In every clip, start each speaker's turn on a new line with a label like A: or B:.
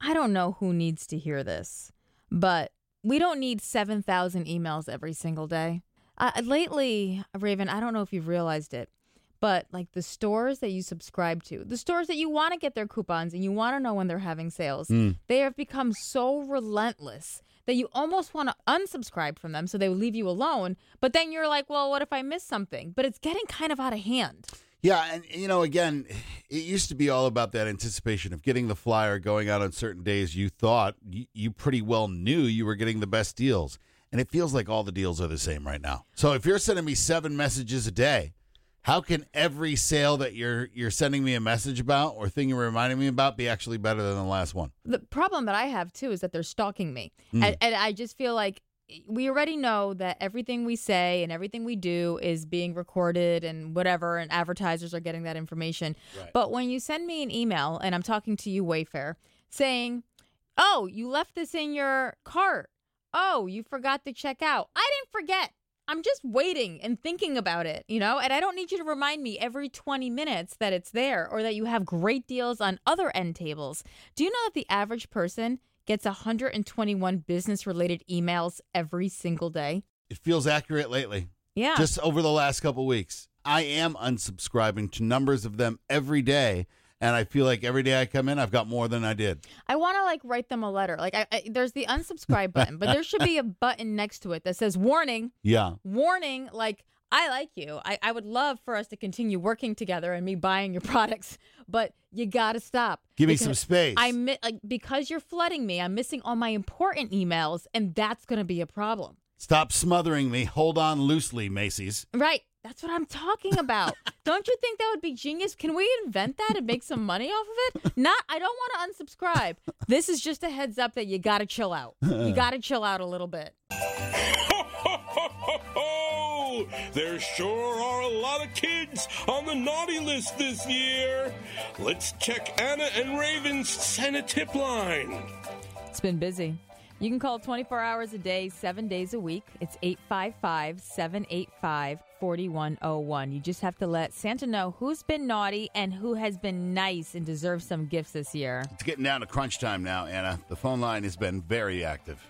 A: I don't know who needs to hear this, but we don't need 7,000 emails every single day. Uh, lately, Raven, I don't know if you've realized it, but like the stores that you subscribe to, the stores that you want to get their coupons and you want to know when they're having sales, they have become so relentless that you almost want to unsubscribe from them so they will leave you alone. But then you're like, well, what if I miss something? But it's getting kind of out of hand.
B: Yeah, and you know, again, it used to be all about that anticipation of getting the flyer going out on certain days. You thought you, you pretty well knew you were getting the best deals, and it feels like all the deals are the same right now. So if you're sending me seven messages a day, how can every sale that you're you're sending me a message about or thing you're reminding me about be actually better than the last one?
A: The problem that I have too is that they're stalking me. And, and I just feel like eh, we already know that everything we say and everything we do is being recorded and whatever, and advertisers are getting that information. But when you send me an email and I'm talking to you, Wayfair, saying, Oh, you left this in your cart. Oh, you forgot to check out. I didn't forget. I'm just waiting and thinking about it, you know? And I don't need you to remind me every 20 minutes that it's there or that you have great deals on other end tables. Do you know that the average person gets 121 business related emails every single day?
B: It feels accurate lately.
A: Yeah.
B: just over the last couple weeks. I am unsubscribing to numbers of them every day, and I feel like every day I come in, I've got more than I did.
A: I want to like write them a letter. Like, I, I, there's the unsubscribe button, but there should be a button next to it that says warning.
B: Yeah.
A: warning like i like you I, I would love for us to continue working together and me buying your products but you gotta stop
B: Give me
A: Because
B: some space.
A: i mi- like because you're flooding me i'm missing all my important emails and that's gonna be a problem
B: Stop smothering me. Hold on loosely, Macy's.
A: right that's what i'm talking about don't you think that would be genius can we invent that and make some money off of it not i don't want to unsubscribe this is just a heads up that you gotta chill out you gotta chill out a little bit
C: Ho, There sure are a lot of kids on the naughty list this year. Let's check Anna and Raven's Senate tip line.
A: It's been busy. You can call 24 hours a day, seven days a week. It's 855 785 4101. You just have to let Santa know who's been naughty and who has been nice and deserves some gifts this year.
B: It's getting down to crunch time now, Anna. The phone line has been very active.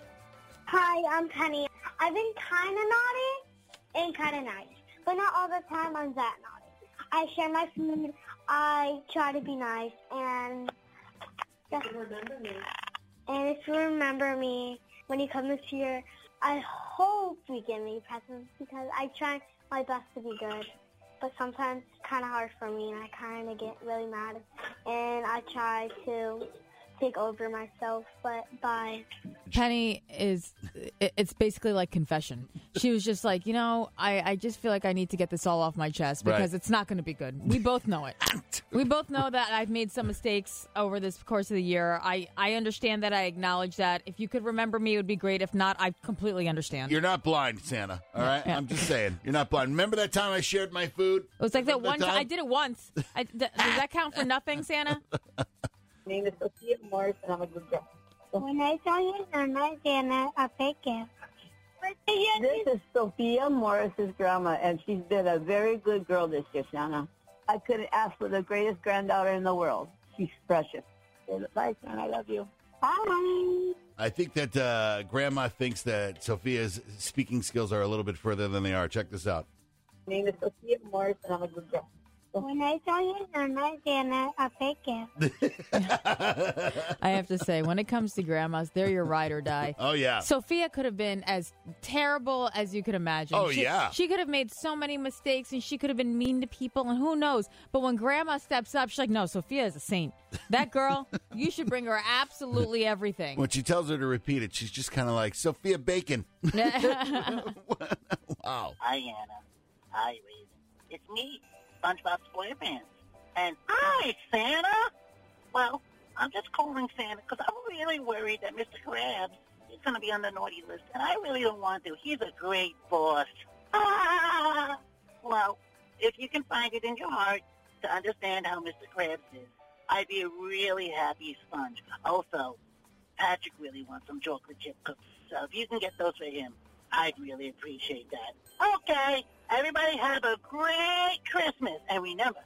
D: Hi, I'm Penny. I've been kind of naughty and kind of nice, but not all the time I'm that naughty. I share my food. I try to be nice, and just remember me. And if you remember me when you come this year, I hope you give me presents because I try my best to be good. But sometimes it's kind of hard for me, and I kind of get really mad. And I try to take over myself, but by
A: Penny is, it- it's basically like confession. She was just like, you know, I, I just feel like I need to get this all off my chest because
B: Right.
A: it's not going to be good. We both know it. we both know that I've made some mistakes over this course of the year. I, I understand that. I acknowledge that. If you could remember me, it would be great. If not, I completely understand.
B: You're not blind, Santa. All right? I'm just saying. You're not blind. Remember that time I shared my food?
A: it was like that
B: Remember
A: one time. I did it once. I, th- does that count for nothing, Santa?
E: My name is Sophia Morris, and I'm a good girl.
D: When I saw you and I did a big gift.
E: This is Sophia Morris's grandma, and she's been a very good girl this year, Shanna. I couldn't ask for the greatest granddaughter in the world. She's precious. Bye, Shanna. I love you.
D: Bye.
B: I think that uh, Grandma thinks that Sophia's speaking skills are a little bit further than they are. Check this out.
E: My name is Sophia Morris, and I'm a good girl.
D: When I saw you and I did a big gift.
A: I have to say, when it comes to grandmas, they're your ride or die.
B: Oh, yeah.
A: Sophia could have been as terrible as you could imagine.
B: Oh,
A: She-
B: yeah.
A: She could have made so many mistakes and she could have been mean to people and who knows. But when grandma steps up, she's like, no, Sophia is a saint. That girl, you should bring her absolutely everything.
B: when she tells her to repeat it, she's just kind of like, Sophia Bacon. wow.
F: Hi, Anna. Hi, Raven. It's me, SpongeBob SquarePants. And hi, Santa. Well, I'm just calling Santa because I'm really worried that Mr. Krabs is going to be on the naughty list, and I really don't want to. He's a great boss. Ah! Well, if you can find it in your heart to understand how Mr. Krabs is, I'd be a really happy sponge. Also, Patrick really wants some chocolate chip cookies, so if you can get those for him, I'd really appreciate that. Okay, everybody have a great Christmas, and remember,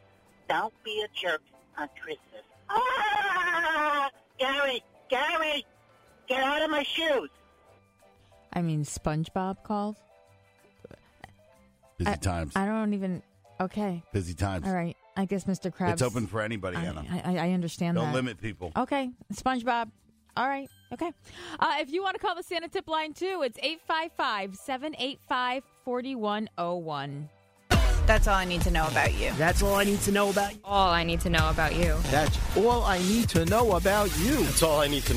F: don't be a jerk on Christmas. Ah, Gary, Gary, get out of my shoes.
A: I mean, SpongeBob called.
B: Busy times.
A: I don't even. Okay.
B: Busy times.
A: All right. I guess Mr. Krabs.
B: It's open for anybody,
A: I, Oh,
B: Anna.
A: I, I- I understand
B: Don't
A: that.
B: limit people.
A: Okay, SpongeBob. All right. Okay. Uh, if you want to call the Santa Tip line too, it's 855 785 4101.
G: That's all I need to know about you.
H: That's all I need to know about you.
I: All I need to know about you.
H: That's all I need to know about you.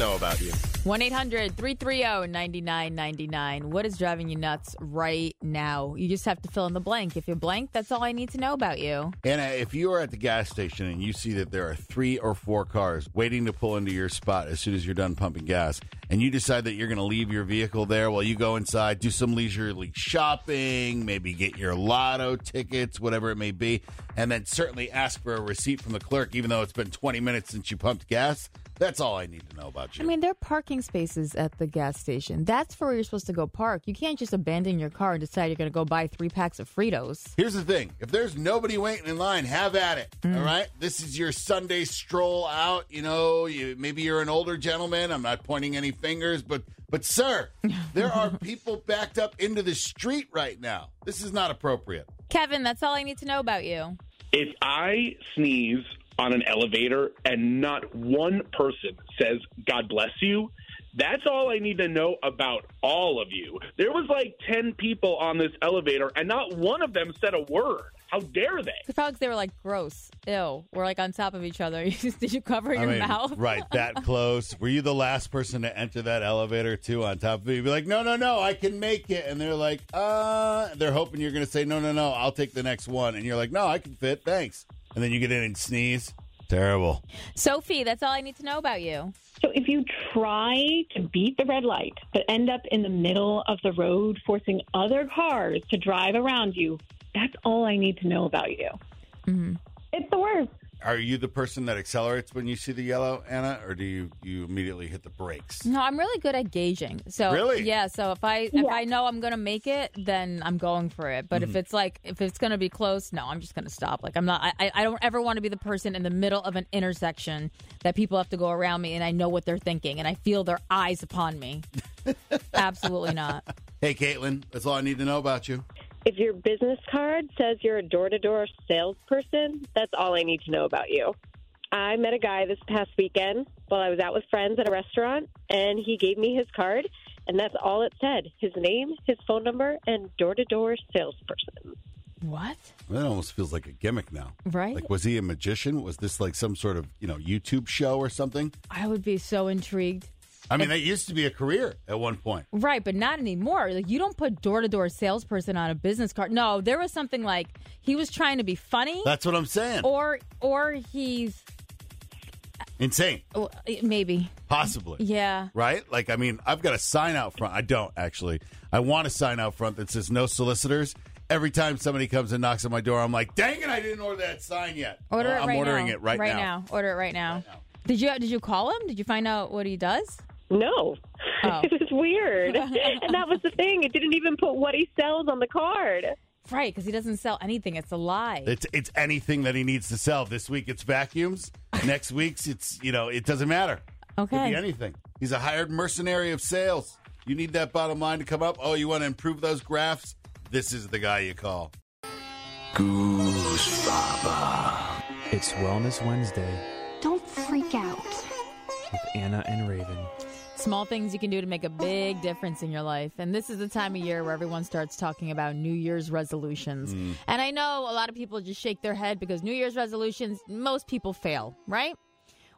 A: 1 800 330 9999. What is driving you nuts right now? You just have to fill in the blank. If you're blank, that's all I need to know about you.
B: Anna, uh, if you are at the gas station and you see that there are three or four cars waiting to pull into your spot as soon as you're done pumping gas, and you decide that you're going to leave your vehicle there while you go inside, do some leisurely shopping, maybe get your lotto tickets, whatever it may be, and then certainly ask for a receipt from the clerk, even though it's been 20 minutes since you pumped gas, that's all I need to know about you.
A: I mean, there are parking spaces at the gas station. That's where you're supposed to go park. You can't just abandon your car and decide you're going to go buy three packs of Fritos.
B: Here's the thing if there's nobody waiting in line, have at it.
A: Mm.
B: All right? This is your Sunday stroll out. You know, you, maybe you're an older gentleman. I'm not pointing any fingers, but, but sir, there are people backed up into the street right now. This is not appropriate.
A: Kevin, that's all I need to know about you.
J: If I sneeze on an elevator and not one person says, God bless you, that's all I need to know about all of you. There was like 10 people on this elevator and not one of them said a word. How dare they?
A: It's probably 'cause they were like gross, ew. We're like on top of each other. You just- Did you cover your mouth?
B: right, that close. Were you the last person to enter that elevator, too, on top of it? You'd be like, no, no, no, I can make it. And they're like, uh, they're hoping you're going to say, no, no, no, I'll take the next one. And you're like, no, I can fit, thanks. And then you get in and sneeze. Terrible.
A: Sophie, that's all I need to know about you.
K: So if you try to beat the red light, but end up in the middle of the road, forcing other cars to drive around you, that's all I need to know about you. It's the worst.
B: Are you the person that accelerates when you see the yellow, Anna, or do you, you immediately hit the brakes?
A: No, I'm really good at gauging. So
B: Really?
A: yeah. So if I if I know I'm gonna make it, then I'm going for it. But
B: Mm-hmm.
A: if it's like if it's gonna be close, no, I'm just gonna stop. Like I'm not. I- I I don't ever want to be the person in the middle of an intersection that people have to go around me, and I know what they're thinking, and I feel their eyes upon me. Absolutely not.
B: Hey, Caitlin, that's all I need to know about you.
K: If your business card says you're a door to door salesperson, that's all I need to know about you. I met a guy this past weekend while I was out with friends at a restaurant, and he gave me his card, and that's all it said his name, his phone number, and door to door salesperson.
A: What?
B: That almost feels like a gimmick now.
A: Right?
B: Like, was he a magician? Was this like some sort of, you know, YouTube show or something?
A: I would be so intrigued.
B: I mean, that used to be a career at one point.
A: Right, but not anymore. Like you don't put door to door salesperson on a business card. No, there was something like he was trying to be funny,
B: That's what I'm saying.
A: or or he's
B: Insane,
A: oh, maybe
B: possibly.
A: yeah.
B: Right? Like, I mean, I've got a sign out front. I don't actually. I want a sign out front that says no solicitors. Every time somebody comes and knocks on my door, I'm like, dang it, I didn't order that sign yet.
A: Order
B: Well,
A: it
B: I'm
A: right
B: ordering
A: now.
B: it right,
A: now. Order it right now.
B: now.
A: Did you did you call him? Did you find out what he does?
K: No.
A: Oh.
K: it was weird. and that was the thing. It didn't even put what he sells on the card.
A: Right, because he doesn't sell anything. It's a lie.
B: It's it's anything that he needs to sell. This week it's vacuums. Next week's it's you know it doesn't matter. Could be
A: okay.
B: anything. He's a hired mercenary of sales. You need that bottom line to come up. Oh, you want to improve those graphs? This is the guy you call.
H: Goose Baba. It's Wellness Wednesday
D: Don't freak out.
H: with Anna and Raven.
A: Small things you can do to make a big difference in your life. And this is the time of year where everyone starts talking about New Year's resolutions. And I know a lot of people just shake their head because New Year's resolutions, most people fail, right?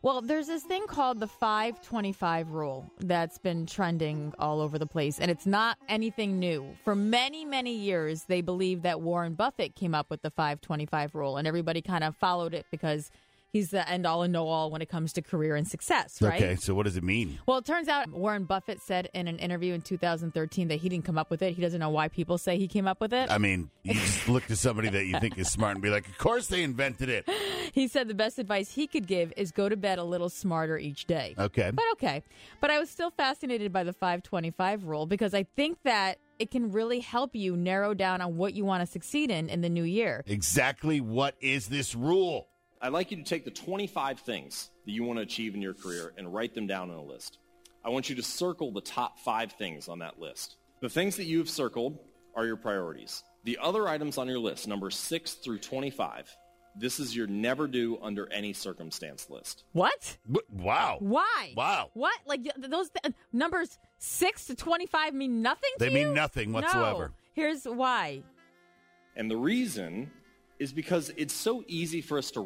A: Well, there's this thing called the 525 rule that's been trending all over the place, and it's not anything new. For many, many years, they believe that Warren Buffett came up with the 525 rule, and everybody kind of followed it because he's the end all and know all when it comes to career and success, right?
B: Okay, so what does it mean?
A: Well, it turns out Warren Buffett said in an interview in 2013 that he didn't come up with it. He doesn't know why people say he came up with it.
B: I mean, you just look to somebody that you think is smart and be like, "Of course they invented it."
A: He said the best advice he could give is go to bed a little smarter each day.
B: Okay,
A: But okay. But I was still fascinated by the 525 rule because I think that it can really help you narrow down on what you want to succeed in in the new year.
B: exactly what is this rule?
I: I'd like you to take the 25 things that you want to achieve in your career and write them down in a list. I want you to circle the top five things on that list. The things that you have circled are your priorities. The other items on your list, number 6 through 25, this is your never do under any circumstance list.
A: What?
B: Wow.
A: Why?
B: Wow.
A: What? Like th- those th- uh, numbers six to twenty-five mean nothing.
B: They
A: to
B: mean
A: you?
B: nothing
A: No.
B: whatsoever.
A: Here's why.
I: And the reason is because it's so easy for us to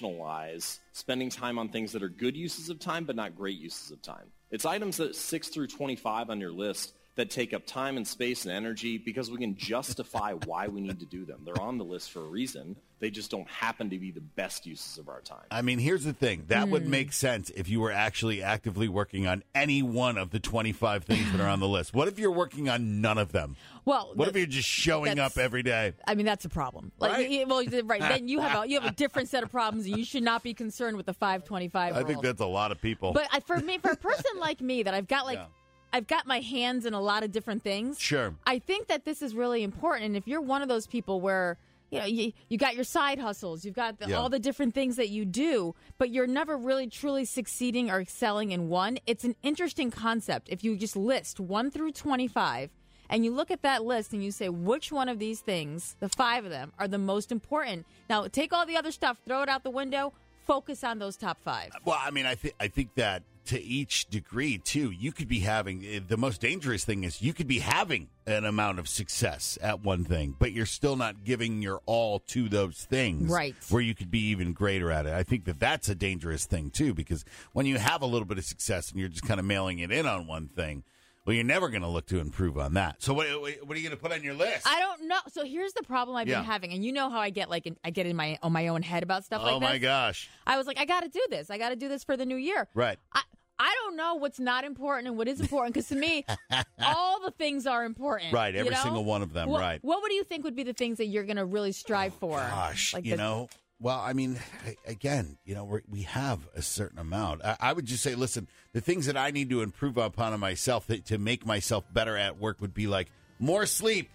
I: rationalize spending time on things that are good uses of time but not great uses of time. It's items that 6 through 25 on your list that take up time and space and energy because we can justify why we need to do them. They're on the list for a reason. They just don't happen to be the best uses of our time.
B: I mean, here's the thing. That would
I: Mm.
A: Hmm.
B: make sense if you were actually actively working on any one of the 25 things that are on the list. What if you're working on none of them?
A: Well,
B: What
A: th-
B: if you're just showing up
A: that's-
B: every day?
A: I mean that's a problem. Like,
B: Right?
A: y- well, th- right. Then you have a you have a different set of problems, and you should not be concerned with the five twenty-five.
B: I think that's a lot of people.
A: But I, for me, for a person like me, that I've got like,
B: Yeah.
A: I've got my hands in a lot of different things.
B: Sure.
A: I think that this is really important. And if you're one of those people where you know you, you got your side hustles, you've got the,
L: Yeah.
A: all the different things that you do, but you're never really truly succeeding or excelling in one. It's an interesting concept. If you just list one through twenty-five. And you look at that list and you say, which one of these things, the five of them, are the most important? Now, take all the other stuff, throw it out the window, focus on those top five.
B: Well, I mean, I think I think that to each degree too, you could be having eh, the most dangerous thing is you could be having an amount of success at one thing, but you're still not giving your all to those things,
A: Right.
B: Where you could be even greater at it. I think that that's a dangerous thing too, because when you have a little bit of success and you're just kind of mailing it in on one thing, well, you're never going to look to improve on that. So what, eh, what what are you going to put on your list?
A: I don't know. So here's the problem I've
B: Yeah.
A: been having, and you know how I get like in, I get in my on my own head about stuff
B: oh
A: like
B: my
A: this.
B: gosh!
A: I was like, I got to do this. I got to do this for the new year.
B: Right.
A: I don't know what's not important and what is important because to me, all the things are important.
B: Right,
A: you
B: every
A: know?
B: single one of them,
A: What-
B: right. Oh,
A: What would you think would be the things that you're going to really strive for?
B: gosh,
A: Like
B: you
A: the-
B: know. Well, I mean, I- again, you know, we're, we have a certain amount. I, I would just say, listen, the things that I need to improve upon in myself that, to make myself better at work would be like more sleep.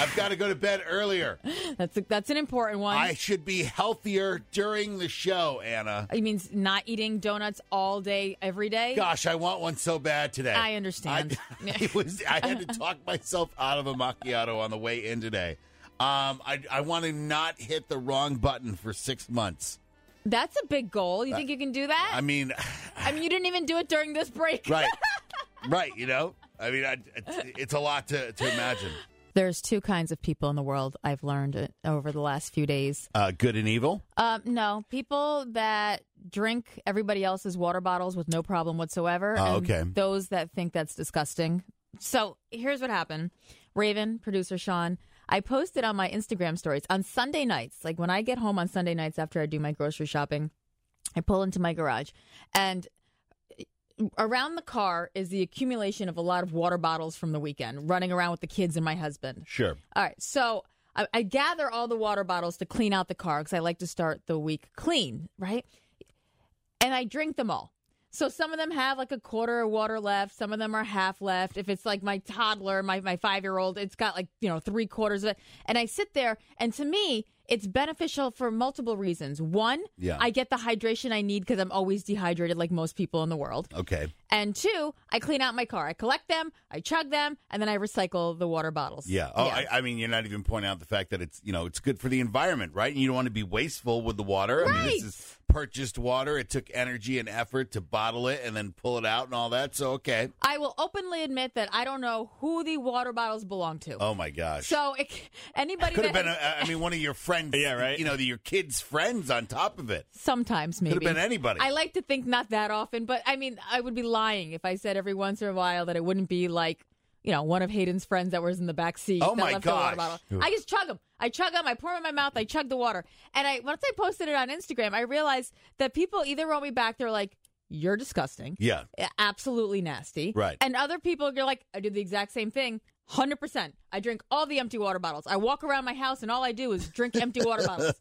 B: I've got to go to bed earlier.
A: That's a, that's an important one.
B: I should be healthier during the show, Anna.
A: it means not eating donuts all day every day.
B: Gosh, I want one so bad today.
A: I understand.
B: I, I was, I had to talk myself out of a macchiato on the way in today. Um, I, I want to not hit the wrong button for six months.
A: That's a big goal. You
B: Uh,
A: think you can do that?
B: I mean,
A: I mean, you didn't even do it during this break.
B: Right. right. You know, I mean, I, it's, it's a lot to, to imagine.
A: There's two kinds of people in the world I've learned it over the last few days.
B: Uh, good and evil.
A: Um, no, people that drink everybody else's water bottles with no problem whatsoever.
B: Oh,
A: and
B: okay.
A: Those that think that's disgusting. So here's what happened Raven, producer Sean, I posted on my Instagram stories on Sunday nights, like when I get home on Sunday nights after I do my grocery shopping, I pull into my garage and around the car is the accumulation of a lot of water bottles from the weekend running around with the kids and my husband.
B: Sure.
A: All right. So I, I gather all the water bottles to clean out the car because I like to start the week clean, right? And I drink them all. So some of them have like a quarter of water left. Some of them are half left. If it's like my toddler, my, my five year old, it's got like, you know, three quarters of it. And I sit there, and to me, it's beneficial for multiple reasons. One,
L: Yeah.
A: I get the hydration I need because I'm always dehydrated like most people in the world.
B: Okay.
A: And two, I clean out my car. I collect them, I chug them, and then I recycle the water bottles.
B: Yeah. Oh, I, I mean, you're not even pointing out the fact that it's you know it's good for the environment, right? And you don't want to be wasteful with the water. I mean, this
A: Right.
B: is purchased water. It took energy and effort to bottle it and then pull it out and all that. So okay.
A: I will openly admit that I don't know who the water bottles belong to.
B: Oh my gosh.
A: So it, anybody
B: could
A: that
B: have been, a, I mean, one of your friends. Yeah, right. You know, the, your kids' friends on top of it.
A: sometimes
B: Could
A: maybe
B: have been anybody.
A: I like to think not that often, but I mean, I would be lying if I said every once in a while that it wouldn't be like. You know, one of Hayden's friends that was in the back seat.
L: Oh
A: that
L: my
A: left the water
L: gosh.
A: bottle. I just chug them. I chug them. I pour 'em in my mouth. I chug the water. And I once I posted it on Instagram, I realized that people either wrote me back. They're like, "You're disgusting."
B: Yeah.
A: absolutely nasty.
B: Right.
A: And other people, you're like, I do the exact same thing. 100%. I drink all the empty water bottles. I walk around my house and all I do is drink empty water bottles.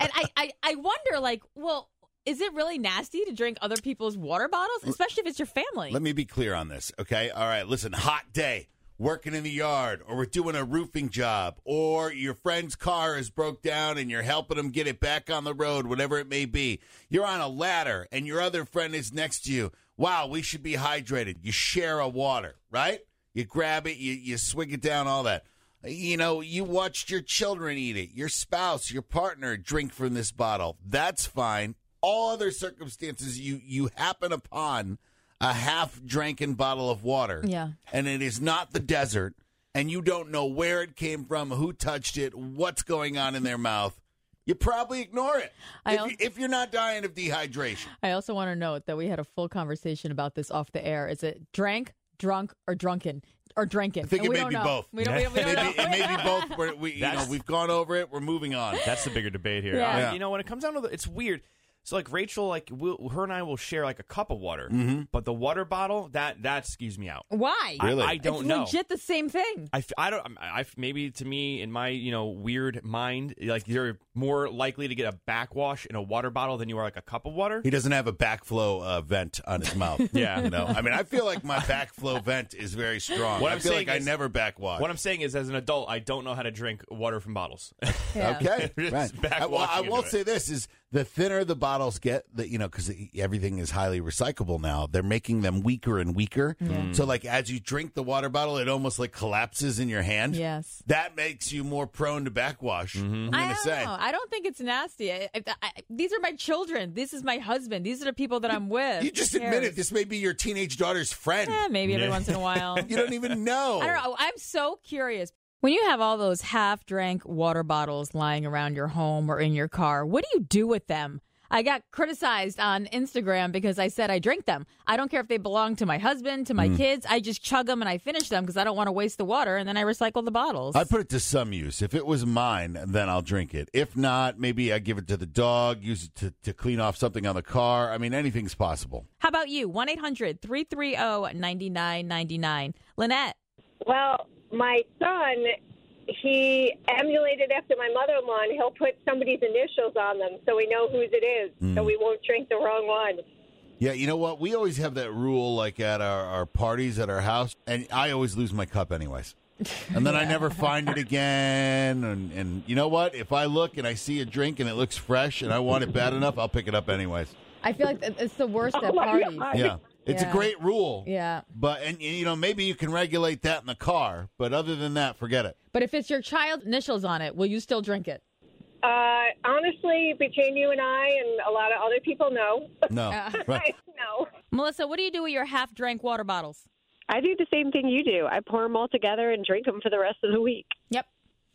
A: And I, I, I wonder, like, well, is it really nasty to drink other people's water bottles, especially if it's your family?
B: Let me be clear on this, okay? All right, listen, hot day. working in the yard or we're doing a roofing job or your friend's car is broke down and you're helping them get it back on the road, whatever it may be. You're on a ladder and your other friend is next to you. Wow, we should be hydrated. You share a water, right? You grab it, you, you swig it down, all that. You know, you watched your children eat it, your spouse, your partner drink from this bottle. That's fine. All other circumstances you, you happen upon a half drinking bottle of water.
A: Yeah.
B: And it is not the desert, and you don't know where it came from, who touched it, what's going on in their mouth. You probably ignore it
A: I
B: if,
A: al-
B: you, if you're not dying of dehydration.
A: I also want to note that we had a full conversation about this off the air. Is it drank, drunk, or drunken? Or drinking?
B: I think
A: And
B: it
A: we
B: may
A: don't
B: be
A: know.
B: both.
A: We don't, we don't, we don't
B: Maybe-
A: know.
B: it may be both. We're, we, you know,
H: That's-
B: we've gone over it. We're moving on.
H: That's the bigger debate here.
A: Yeah.
H: Uh,
B: Yeah.
H: You know, when it comes down to the, it's weird. So like Rachel, like we'll, her and I will share like a cup of water, but the water bottle that that skews me out.
A: Why?
H: I- Really? I don't
A: it's
H: know.
A: Legit the same thing.
H: I, f- I don't I'm- I f- maybe to me in my you know weird mind like you're more likely to get a backwash in a water bottle than you are like a cup of water.
B: He doesn't have a backflow uh, vent on his mouth.
H: Yeah.
B: you know. I mean, I feel like my backflow vent is very strong.
H: What
B: I
H: I'm
B: feel like
H: saying
B: I
H: is-
B: never backwash.
H: What I'm saying is, as an adult, I don't know how to drink water from bottles.
A: Yeah.
B: Okay,
H: Just
B: right.
H: back
B: I, well, I
H: walking
B: will
H: into it.
B: say this: is the thinner the bottles get, that you know, because everything is highly recyclable now. They're making them weaker and weaker.
H: Mm.
B: So, like as you drink the water bottle, it almost like collapses in your hand.
A: Yes.
B: that makes you more prone to backwash. I'm
H: Mm-hmm.
A: I
B: gonna
A: don't
B: say.
A: know. I don't think it's nasty. I, I, I, these are my children. This is my husband. These are the people that I'm with.
B: You just
A: Who cares?
B: admitted this may be your teenage daughter's friend.
A: Eh, maybe every once in a while.
B: You don't even know.
A: I don't know. I'm so curious. When you have all those half drank water bottles lying around your home or in your car, what do you do with them? I got criticized on Instagram because I said I drink them. I don't care if they belong to my husband, to my kids. I just chug them and I finish them because I don't want to waste the water and then I recycle the bottles.
B: I put it to some use. If it was mine, then I'll drink it. If not, maybe I give it to the dog, use it to, to clean off something on the car. I mean, anything's possible.
A: How about you? 1 800 330 9999. Lynette.
K: Well, my son, he emulated after my mother in law, and he'll put somebody's initials on them so we know whose it is, so
I: Hmm.
K: we won't drink the wrong one.
B: Yeah, you know what? We always have that rule, like at our, our parties at our house, and I always lose my cup, anyways. And then I never find it again. And, and you know what? If I look and I see a drink and it looks fresh and I want it bad enough, I'll pick it up anyways.
A: I feel like it's the worst at
K: Oh, my
A: parties.
K: God.
B: Yeah. It's
A: Yeah.
B: a great rule.
A: Yeah.
B: But, and, you know, maybe you can regulate that in the car, but other than that, forget it.
A: But if it's your child's initials on it, will you still drink it?
K: Uh, honestly, between you and I and a lot of other people, no.
B: No. Right.
K: no.
A: Melissa, what do you do with your half drank water bottles?
K: I do the same thing you do. I pour them all together and drink them for the rest of the week.
A: Yep.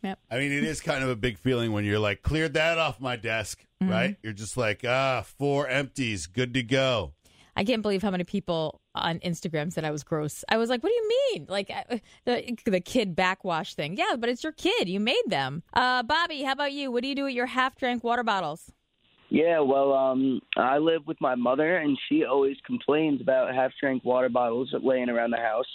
A: Yep.
B: I mean, it is kind of a big feeling when you're like, cleared that off my desk,
L: Mm-hmm.
B: right? You're just like, ah, four empties, good to go.
A: I can't believe how many people on Instagram said I was gross. I was like, what do you mean? Like I- the, the kid backwash thing. Yeah, but it's your kid. You made them. Uh, Bobby, how about you? What do you do with your half drank water bottles?
L: Yeah, well, um, I live with my mother, and she always complains about half-drank water bottles laying around the house.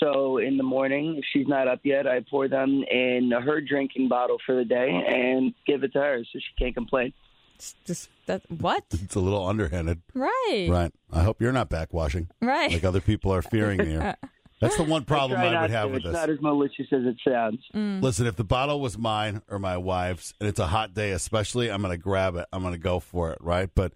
L: So in the morning, if she's not up yet, I pour them in her drinking bottle for the day and give it to her so she can't complain.
A: It's Just that, what?
B: It's a little underhanded.
A: Right.
B: Right. I hope you're not backwashing
A: Right.
B: like other people are fearing here. That's the one problem
L: Try
B: I
L: not
B: would have
L: to. it's
B: with this.
L: not Mm. as malicious as it sounds.
B: Listen, if the bottle was mine or my wife's, and it's a hot day especially, I'm going to grab it. I'm going to go for it, right? But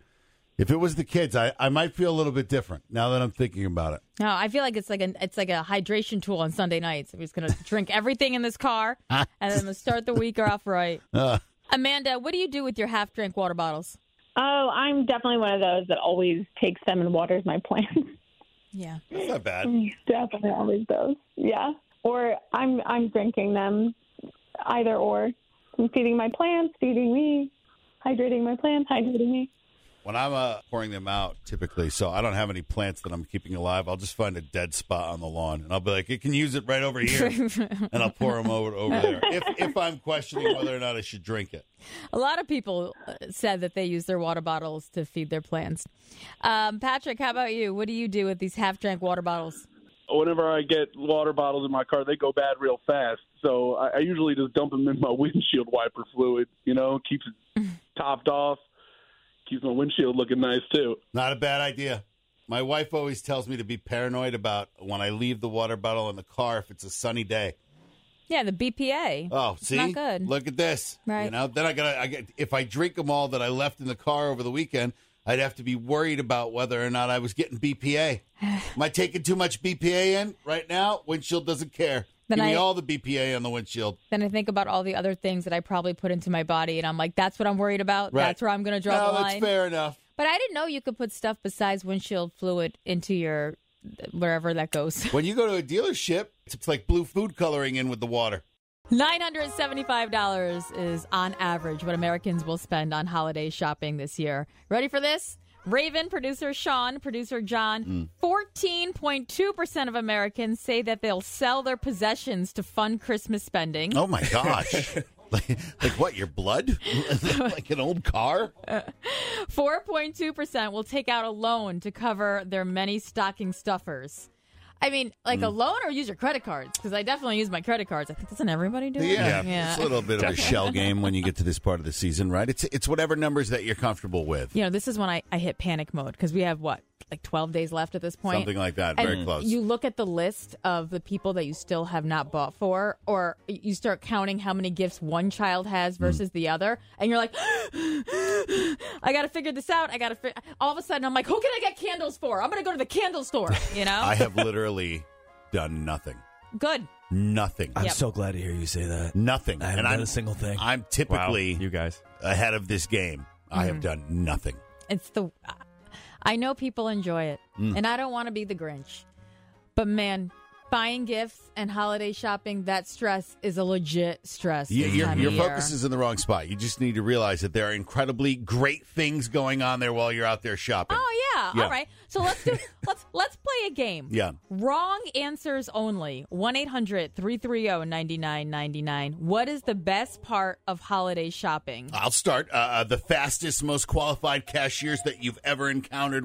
B: if it was the kids, I, I might feel a little bit different now that I'm thinking about it.
A: No, I feel like it's like an it's like a hydration tool on Sunday nights. We're just gonna drink everything in this car, and then we'll start the week off right.
B: Uh,
A: Amanda, what do you do with your half drank water bottles?
M: Oh, I'm definitely one of those that always takes them and waters my plants.
A: Yeah,
B: that's not bad.
M: definitely always those. Yeah. Or I'm I'm drinking them, either or. I'm feeding my plants, feeding me, hydrating my plants, hydrating me.
B: When I'm uh, pouring them out, typically, so I don't have any plants that I'm keeping alive, I'll just find a dead spot on the lawn, and I'll be like, "You can use it right over here," and I'll pour them over over there. If if I'm questioning whether or not I should drink it,
A: a lot of people uh, said that they use their water bottles to feed their plants. Um, Patrick, how about you? What do you do with these half drank water bottles?
J: whenever I get water bottles in my car, they go bad real fast. So I, I usually just dump them in my windshield wiper fluid. You know, keeps it topped off, keeps my windshield looking nice too.
B: not a bad idea. My wife always tells me to be paranoid about when I leave the water bottle in the car if it's a sunny day.
A: Yeah, the BPA.
B: Oh,
A: It's
B: see,
A: not good.
B: Look at this. You
A: Right.
B: know, then I gotta. I get if I drink them all that I left in the car over the weekend, I'd have to be worried about whether or not I was getting BPA. Am I taking too much BPA in right now? Windshield doesn't care.
A: Then
B: Give me
A: I-
B: all the BPA on the windshield.
A: Then I think about all the other things that I probably put into my body, and I'm like, that's what I'm worried about.
B: Right.
A: That's where I'm going to draw
B: no,
A: the line.
B: that's fair enough.
A: But I didn't know you could put stuff besides windshield fluid into your wherever that goes.
B: When you go to a dealership, it's like blue food coloring in with the water.
A: $975 is on average what Americans will spend on holiday shopping this year. Ready for this? Raven, producer Sean, producer John, 14.2% of Americans say that they'll sell their possessions to fund Christmas spending.
B: Oh my gosh. like, like what? Your blood? like an old car?
A: 4.2% will take out a loan to cover their many stocking stuffers. I mean, like a
B: Mm.
A: loan or use your credit cards? Because I definitely use my credit cards. I think doesn't everybody do it?
B: It's a little bit of a shell game when you get to this part of the season, right? It's it's whatever numbers that you're comfortable with.
A: You know, this is when I, I hit panic mode because we have what, like 12 days left at this point?
B: Something like that,
A: And
B: very close.
A: You look at the list of the people that you still have not bought for, or you start counting how many gifts one child
B: Hmm.
A: has versus the other, and you're like, I got to figure this out. I got to. Fi-. All of a sudden, I'm like, who can I get candles for? I'm going to go to the candle store, you know?
B: I have literally done nothing.
A: Good.
B: Nothing.
A: I'm Yep. so
N: glad to hear you say that.
B: Nothing.
N: I haven't
B: and
N: done
B: I'm
N: a single thing.
B: I'm typically
H: you guys
B: ahead of this game. I have
A: Mhm.
B: done nothing.
A: It's the. I know people enjoy it,
B: Mm.
A: and I don't want to be the Grinch, but man, buying gifts and holiday shopping—that stress is a legit stress.
B: You,
A: this
B: your
A: time of
B: your
A: year.
B: focus is in the wrong spot. You just need to realize that there are incredibly great things going on there while you're out there shopping.
A: Oh yeah.
B: Yeah.
A: All right. So let's do let's let's play a game.
B: Yeah.
A: Wrong answers only. 1-800-330-9999. What is the best part of holiday shopping?
B: I'll start. Uh, Uh, the fastest, most qualified cashiers that you've ever encountered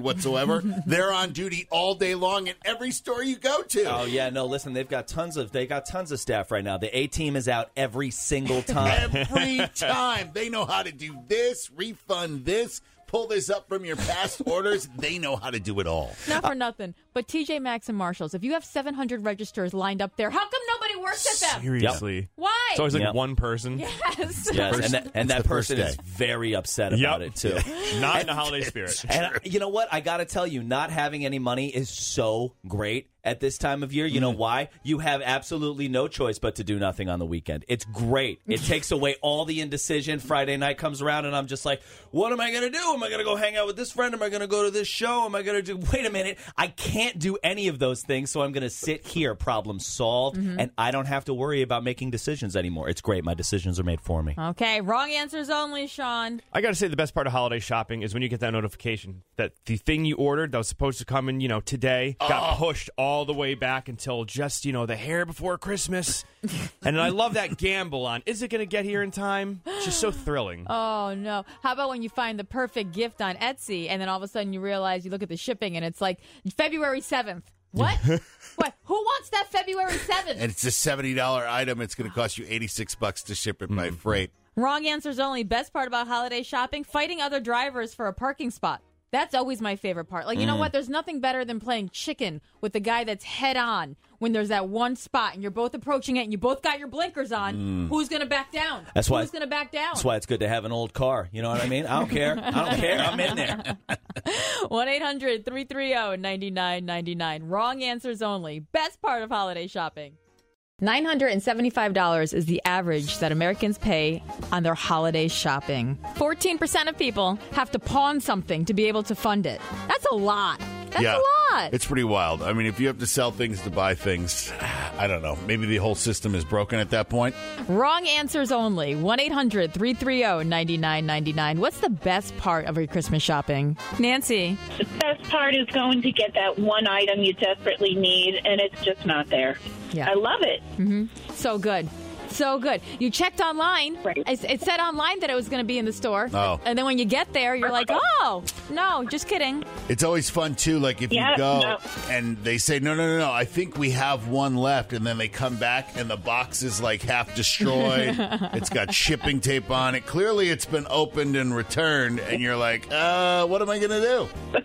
B: whatsoever. They're on duty all day long at every store you go to.
N: Oh yeah, no. Listen, they've got tons of they got tons of staff right now. The A team is out every single time.
B: Every time they know how to do this, refund this, pull this up from your past orders. They know how to do it all.
A: Not for nothing, but TJ Maxx and Marshalls. If you have 700 registers lined up there, how come nobody works at them?
H: Seriously.
A: Why?
H: It's always like
N: Yep.
H: one person.
A: Yes.
N: Yes, and that, and that
H: It's the first
N: person is
H: day.
N: very upset
H: Yep.
N: about it too.
H: Not in
N: And-
H: the holiday spirit.
N: And I- you know what? I got to tell you, not having any money is so great at this time of year. You know why? You have absolutely no choice but to do nothing on the weekend. It's great. It takes away all the indecision. Friday night comes around, and I'm just like, what am I going to do? Am I going to go hang out with this friend? Am I going to go to this show? Am I going to do. Wait a minute. I can't do any of those things, so I'm going to sit here, problem solved,
A: Mhm.
N: and I don't have to worry about making decisions anymore. It's great. My decisions are made for me.
A: Okay, wrong answers only, Sean.
H: I got to say, the best part of holiday shopping is when you get that notification that the thing you ordered that was supposed to come in, you know, today got pushed all the way back until just, you know, the hair before Christmas. and I love that gamble on is it going to get here in time? It's just so thrilling.
A: Oh no! How about when you find the perfect gift on Etsy, and then all of a sudden you realize you look at the shipping, and it's like February seventh. What? what? Who wants that February seventh?
B: And it's a seventy dollar item. It's going to cost you eighty six bucks to ship it by
N: Mm-hmm.
B: freight.
A: Wrong answers only. Best part about holiday shopping: fighting other drivers for a parking spot. That's always my favorite part. Like you know
B: Mm.
A: what? There's nothing better than playing chicken with the guy that's head on when there's that one spot, and you're both approaching it, and you both got your blinkers on.
N: Mm.
A: Who's gonna back down?
N: That's why-
A: Who's gonna back down?
N: That's why it's good to have an old car. You know what I mean? I don't care. I don't care. I'm in there.
A: 1 800 330 9999. Wrong answers only. Best part of holiday shopping. $975 is the average that Americans pay on their holiday shopping. 14% of people have to pawn something to be able to fund it. That's a lot. That's
B: yeah,
A: a lot.
B: It's pretty wild. I mean, if you have to sell things to buy things, I don't know. Maybe the whole system is broken at that point.
A: Wrong answers only. 1 800 330 9999. What's the best part of your Christmas shopping? Nancy.
O: The best part is going to get that one item you desperately need, and it's just not there.
A: Yeah.
O: I love it.
A: hmm So good. So good. You checked online. It, it said online that it was going to be in the store.
B: Oh.
A: And then when you get there, you're like, oh, no, just kidding.
B: It's always fun too. Like if
A: Yeah,
B: you go
A: no.
B: and they say, "No, no, no, no," I think we have one left, and then they come back and the box is like half destroyed. it's got shipping tape on it. Clearly, it's been opened and returned, and you're like, "Uh, what am I gonna do?"
O: No,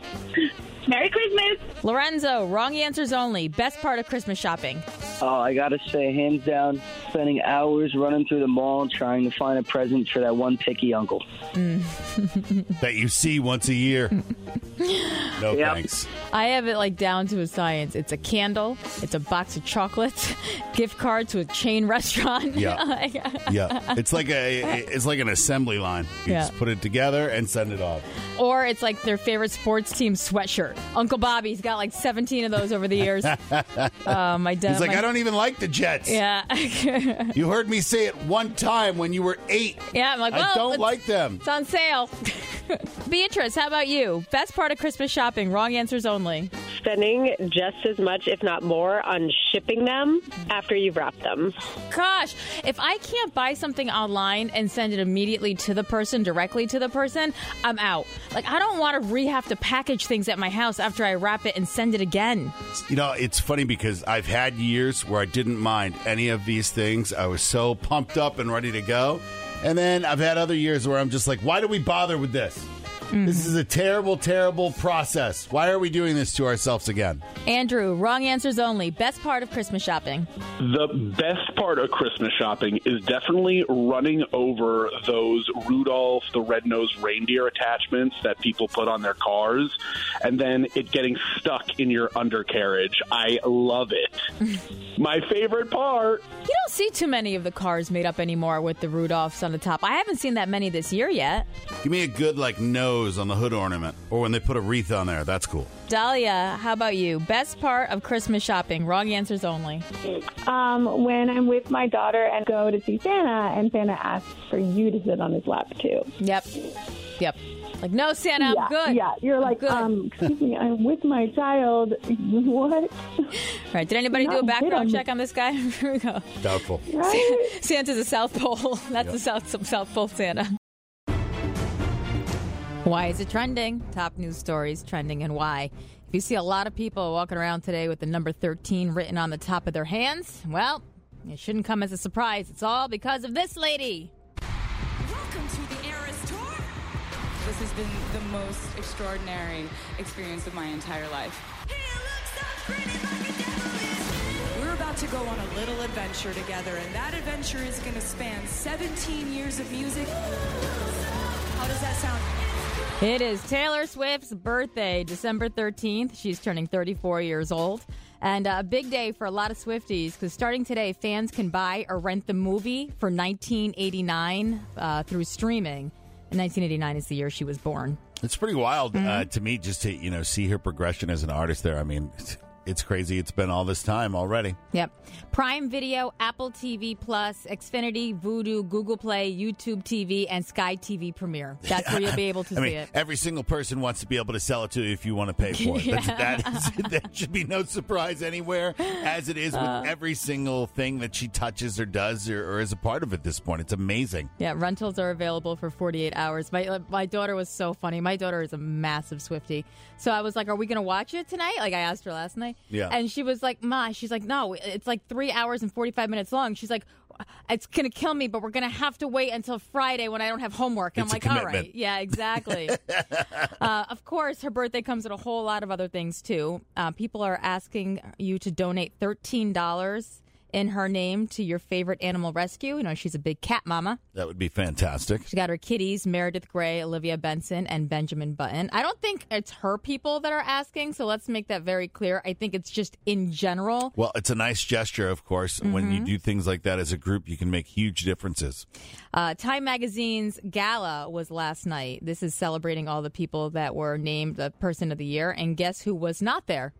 O: Merry Christmas.
A: Lorenzo, wrong answers only. Best part of Christmas shopping.
L: Oh, I gotta say, hands down, spending hours running through the mall trying to find a present for that one picky uncle.
B: that you see once a year. no thanks.
A: I have it like down to a science. It's a candle, it's a box of chocolates, gift card to a chain restaurant.
B: Yeah.
A: Like-
B: Yeah, it's like a it's like an assembly line. You
A: Yeah.
B: just put it together and send it off.
A: Or it's like their favorite sports team sweatshirt. Uncle Bobby's got like 17 of those over the years. Uh, my dad.
B: He's like,
A: my-
B: I don't even like the Jets.
A: Yeah.
B: You heard me say it one time when you were eight.
A: Yeah, I'm like,
B: I
A: well,
B: don't
A: it's-
B: like them.
A: It's on sale. Beatrice, how about you? Best part of Christmas shopping, wrong answers only.
K: Spending just as much, if not more, on shipping them after you've wrapped them.
A: Gosh, if I can't buy something online and send it immediately to the person, directly to the person, I'm out. Like, I don't want to re have to package things at my house after I wrap it and send it again.
B: You know, it's funny because I've had years where I didn't mind any of these things. I was so pumped up and ready to go. And then I've had other years where I'm just like, why do we bother with this? This is a terrible, terrible process. Why are we doing this to ourselves again?
A: Andrew, wrong answers only. Best part of Christmas shopping.
J: The best part of Christmas shopping is definitely running over those Rudolph the Red-Nosed Reindeer attachments that people put on their cars and then it getting stuck in your undercarriage. I love it. My favorite part.
A: You don't see too many of the cars made up anymore with the Rudolphs on the top. I haven't seen that many this year yet.
B: Give me a good, like, nose on the hood ornament or when they put a wreath on there. That's cool.
A: Dahlia, how about you? Best part of Christmas shopping, wrong answers only.
M: Um, when I'm with my daughter and go to see Santa, and Santa asks for you to sit on his lap too.
A: Yep. Yep. Like, no, Santa, I'm
M: yeah,
A: good.
M: Yeah, you're like, um, excuse me, I'm with my child. What?
A: All right, did anybody do a
M: Not hit
A: background
M: on me.
A: check on this guy? Here we go.
B: Doubtful.
A: Santa's a South Pole. That's the South, South Pole Santa. Why is it trending? Top news stories trending and why. If you see a lot of people walking around today with the number 13 written on the top of their hands, well, it shouldn't come as a surprise. It's all because of this lady.
P: Welcome to the Eras Tour. This has been the most extraordinary experience of my entire life. We're about to go on a little adventure together, and that adventure is going to span 17 years of music. How does that sound?
A: It is Taylor Swift's birthday, December 13th. She's turning 34 years old. And uh, a big day for a lot of Swifties because starting today, fans can buy or rent the movie for 1989 uh, through streaming. And 1989 is the year she was born.
B: It's pretty wild uh, to me just to, you know, see her progression as an artist there. I mean, it's, it's crazy. It's been all this time already.
A: Yep. Prime Video, Apple TV Plus, Xfinity, Vudu, Google Play, YouTube TV, and Sky TV Premiere. That's where you'll be able to
B: I
A: see
B: mean,
A: it.
B: every single person wants to be able to sell it to you if you want to pay for it. That's-
A: Yeah.
B: that, is, that should be no surprise anywhere, as it is with
A: Uh.
B: every single thing that she touches or does or, or is a part of at this point. It's amazing.
A: Yeah, rentals are available for 48 hours. My uh, my daughter was so funny. My daughter is a massive Swifty. So I was like, "Are we going to watch it tonight?" Like I asked her last night.
Q: Yeah.
A: And she was like, "Ma," she's like, "No, it's like 3 hours and 45 minutes long." She's like, "It's going to kill me, but we're going to have to wait until Friday when I don't have homework." And
Q: It's a
A: I'm like, "All right."
Q: commitment.
A: Yeah, exactly. uh, of course, her birthday comes with a whole lot of other things too. Uh, people are asking you to donate thirteen dollars in her name to your favorite animal rescue. You know, she's a big cat mama.
B: That would be fantastic.
A: She got her kitties, Meredith Gray, Olivia Benson, and Benjamin Button. I don't think it's her people that are asking, so let's make that very clear. I think it's just in general.
B: Well, it's a nice gesture, of course. When you
A: Mhm.
B: do things like that as a group, you can make huge differences.
A: Uh, Time Magazine's gala was last night. This is celebrating all the people that were named the person of the year, and guess who was not there?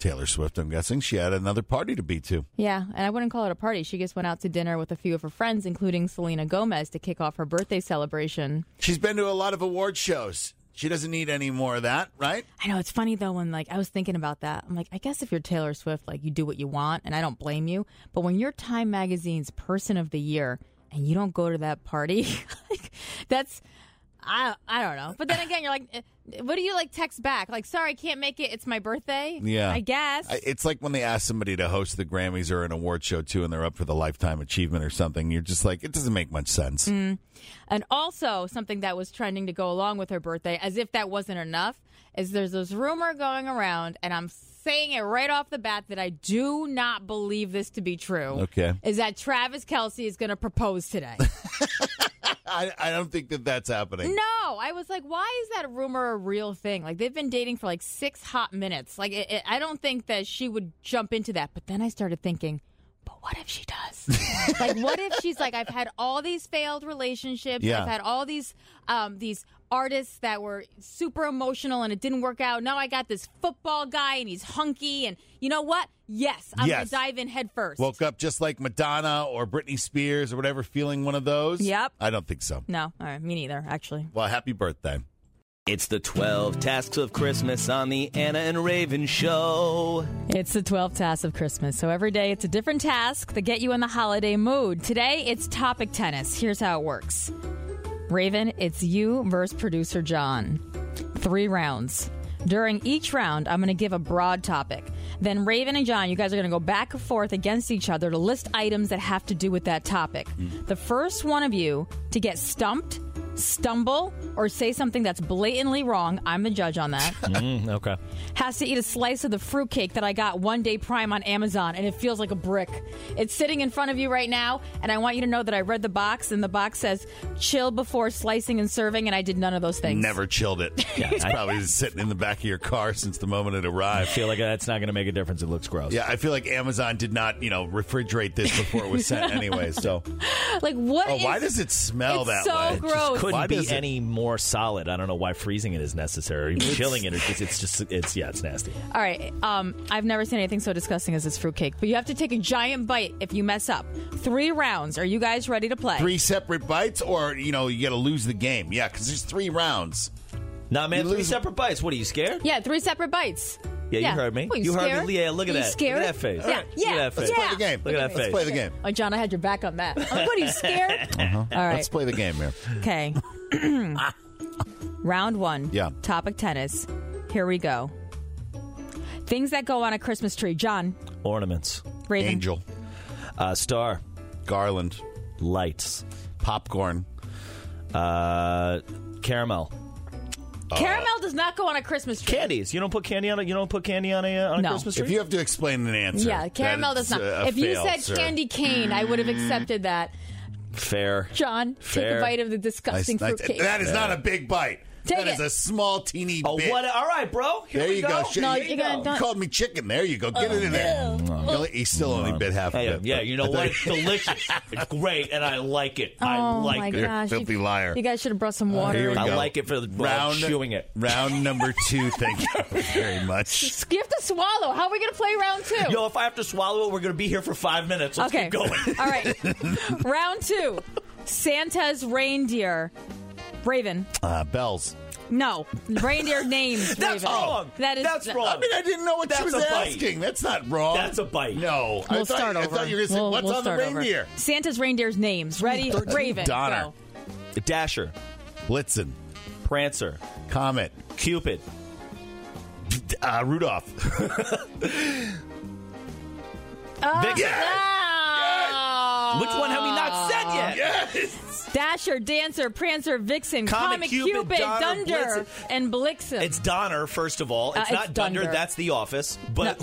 B: Taylor Swift, I'm guessing she had another party to be to.
A: Yeah, and I wouldn't call it a party. She just went out to dinner with a few of her friends, including Selena Gomez, to kick off her birthday celebration.
B: She's been to a lot of award shows. She doesn't need any more of that, right?
A: I know it's funny though when like I was thinking about that. I'm like, I guess if you're Taylor Swift, like you do what you want, and I don't blame you. But when you're Time Magazine's Person of the Year and you don't go to that party, like that's I I don't know. But then again, you're like, eh, what do you like text back? Like, sorry, can't make it. It's my birthday.
B: Yeah.
A: I guess.
B: I- It's like when they ask somebody to host the Grammys or an award show too, and they're up for the lifetime achievement or something. You're just like, it doesn't make much sense.
A: Mm. And also something that was trending to go along with her birthday, as if that wasn't enough, is there's this rumor going around, and I'm saying it right off the bat that I do not believe this to be true.
B: Okay.
A: Is that Travis Kelsey is going to propose today?
B: I, I don't think that that's happening.
A: No, I was like, why is that rumor a real thing? Like they've been dating for like six hot minutes. Like it, it, I don't think that she would jump into that. But then I started thinking, but what if she does? like what if she's like, I've had all these failed relationships.
Q: Yeah.
A: I've had all these um, these artists that were super emotional and it didn't work out. Now I got this football guy and he's hunky and you know what? Yes, I'm
B: Yes.
A: gonna dive in head first.
B: Woke up just like Madonna or Britney Spears or whatever, feeling one of those.
A: Yep.
B: I don't think so.
A: no, all right, me neither. Actually,
B: Well, happy birthday.
N: It's the 12 Tasks of Christmas on the Anna and Raven Show.
A: It's the 12 tasks of Christmas. So every day it's a different task that get you in the holiday mood. Today it's topic tennis. Here's how it works. Raven, it's you versus producer John. Three rounds. During each round, I'm going to give a broad topic. Then Raven and John, you guys are going to go back and forth against each other to list items that have to do with that topic. The first one of you to get stumped, stumble, or say something that's blatantly wrong, I'm the judge on that
N: okay.
A: has to eat a slice of the fruitcake that I got one day prime on Amazon, and it feels like a brick. It's sitting in front of you right now, and I want you to know that I read the box, and the box says chill before slicing and serving, and I did none of those things.
B: Never chilled it. it's probably just sitting in the back of your car since the moment it arrived. I
N: feel like that's not going to make a difference. It looks gross.
B: Yeah, I feel like Amazon did not, you know, refrigerate this before it was sent anyway. So,
A: Like, what
B: oh, why
A: is-
B: does it smell that
A: It's so
B: way?
A: gross.
N: Just couldn't
A: Why
N: be
A: does it-
N: any more solid. I don't know why freezing it is necessary. or Even chilling it, it's just, it's just, it's yeah, it's nasty.
A: All right, um, I've never seen anything so disgusting as this fruitcake, but you have to take a giant bite if you mess up. Three rounds. Are you guys ready to play?
B: Three separate bites, or you know, you got to lose the game. Yeah, because there's three rounds.
N: Nah, man, three separate bites. What are you scared?
A: Yeah, three separate bites.
N: Yeah, you heard me.
A: Well, you
N: You heard me.
A: scared?
N: Yeah, look at that. Look
A: Are you
N: at
A: scared?
N: that face.
A: Yeah,
N: Alright,
A: yeah.
N: look at that face.
A: yeah.
N: Let's play the game. Look at that face. Let's play the game.
A: Oh, John, I had your back on that. I'm like, what are you scared?
B: Uh-huh.
A: All right.
B: Let's play the game here.
A: Okay. Round one.
B: Yeah.
A: Topic tennis. Here we go. Things that go on a Christmas tree. John.
N: Ornaments.
A: Raven. Angel.
N: Uh, star.
B: Garland.
N: Lights.
B: Popcorn.
N: Uh, caramel.
A: Caramel does not go on a Christmas tree.
N: Candies. You don't put candy on a. You don't put candy on a uh, on
A: No.
N: a Christmas tree.
A: If
B: you have to explain an answer,
A: Yeah, caramel does not. if you said candy cane, I would have
B: Mm.
A: accepted that.
N: Fair.
A: John, take
N: Fair.
A: a bite of the disgusting
B: Nice, nice.
A: fruitcake.
B: That is not a big bite.
A: Take
B: That is
A: it.
B: a small, teeny
N: Oh,
B: bit.
N: what? All right, bro. Here
B: there
N: we
B: you
N: go.
B: go. Shit,
N: No,
B: you,
N: you're gonna-
B: you called me chicken. There you go. Get
N: Oh,
B: it in there. Really? He still only bit half
N: Hey,
B: of it.
N: yeah,
B: but
N: you know
B: I thought
N: what?
B: he-
N: It's delicious. it's great, and I like it. I
A: Oh
N: like
A: my
N: it.
A: gosh! you- You guys should have brought some water.
B: Uh, Here we
N: I
B: go.
N: like it for the-
B: round
N: chewing it.
B: Round number two. Thank you very much.
A: You have to swallow. How are we going to play round two?
N: Yo, if I have to swallow it, we're gonna be here for five minutes. Let's
A: Okay.
N: keep going.
A: All right. Round two. Santa's reindeer. Raven.
B: Uh, bells.
A: No. Reindeer names.
B: That's
A: Raven.
B: wrong.
A: That is
B: That's wrong. I mean, I didn't know what she was asking. That's not wrong. That's
N: a bite.
B: No. I
A: We'll
B: thought,
A: start
B: I
A: over.
B: thought you were going to say,
A: We'll-
B: what's
A: we'll
B: on the
A: start over.
B: reindeer?
A: Santa's reindeer's names. Ready? Raven.
N: Donner.
A: Go.
N: Dasher.
B: Blitzen.
N: Prancer.
B: Comet.
N: Cupid.
B: Uh, Rudolph.
A: Oh,
N: Vixen.
A: no.
N: Which one have we not said yet?
A: Dasher, Dancer, Prancer, Vixen,
N: Comet,
A: Comet,
N: Cupid, Donner,
A: Dunder,
N: Blitzen.
A: and Blixen.
N: It's Donner, first of all.
A: Uh,
N: It's
A: it's
N: not Dunder.
A: Dunder.
N: That's The Office. But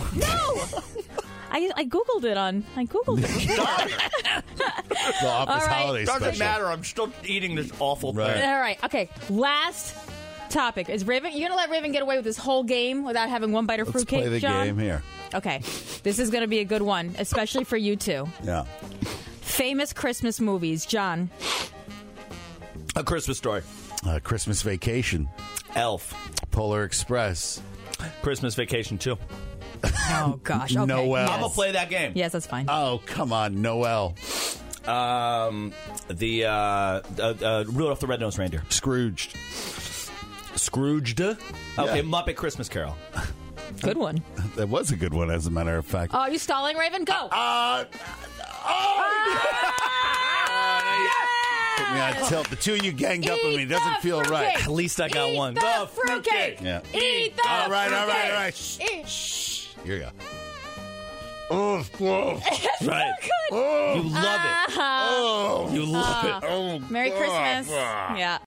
A: I, I googled it on. I googled it.
B: The Office
A: All right.
B: holiday
N: doesn't
B: special.
N: matter. I'm still eating this awful thing.
A: All right. Okay. Last topic is Raven. You're gonna let Raven get away with this whole game without having one bite of
B: Let's
A: fruitcake,
B: play the
A: John?
B: game here.
A: Okay. This is gonna be a good one, especially for you two.
B: Yeah.
A: Famous Christmas movies, John.
N: A Christmas Story.
B: Uh, Christmas Vacation.
N: Elf.
B: Polar Express.
N: Christmas Vacation too.
A: Oh gosh. Okay.
B: Noel.
A: Yes.
N: I'ma play that game.
A: Yes, that's fine.
B: Oh come on, Noel.
N: Um, the uh, uh, uh, Rudolph the Red-Nosed Reindeer.
B: Scrooged.
N: Scrooged. Okay,
B: Yeah.
N: Muppet Christmas Carol.
A: Good one.
B: That was a good one, as a matter of fact.
A: Oh, are you
N: Uh,
B: uh, oh!
A: Ah! stalling, Raven? Go.
B: Uh, put me on tilt. The two of you ganged up on me. It doesn't feel right.
N: At least I got one.
B: The
A: fruitcake.
B: Yeah.
A: Eat the
B: All right, all right, all right. Shh,
A: fruitcake. Eat-
B: Here you go. Oh, oh.
A: It's so
B: Right.
A: good.
B: Oh. You
N: love
A: it.
B: Oh.
N: You love it.
B: Oh,
A: Merry
N: God.
A: Christmas.
N: uh.
A: Yeah.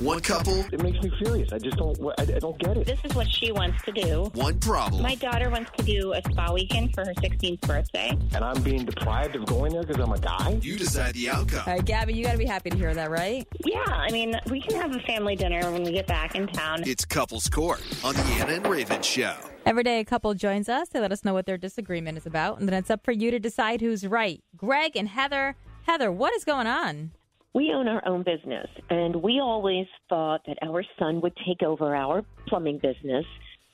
Q: One couple. It makes me furious. I just don't. I, I don't get it.
R: This is what she wants to do.
Q: One problem.
R: My daughter wants to do a spa weekend for her 16th birthday.
Q: and I'm being deprived of going there because I'm a guy. You decide the outcome.
A: All right, Gabby, you got to be happy to hear that, right?
R: Yeah, I mean, we can have a family dinner when we get back in town.
Q: It's Couples Court on the Anna and Raven Show.
A: Every day a couple joins us. They let us know what their disagreement is about, and then it's up for you to decide who's right. Greg and Heather. Heather, what is going on?
S: We own our own business, and we always thought that our son would take over our plumbing business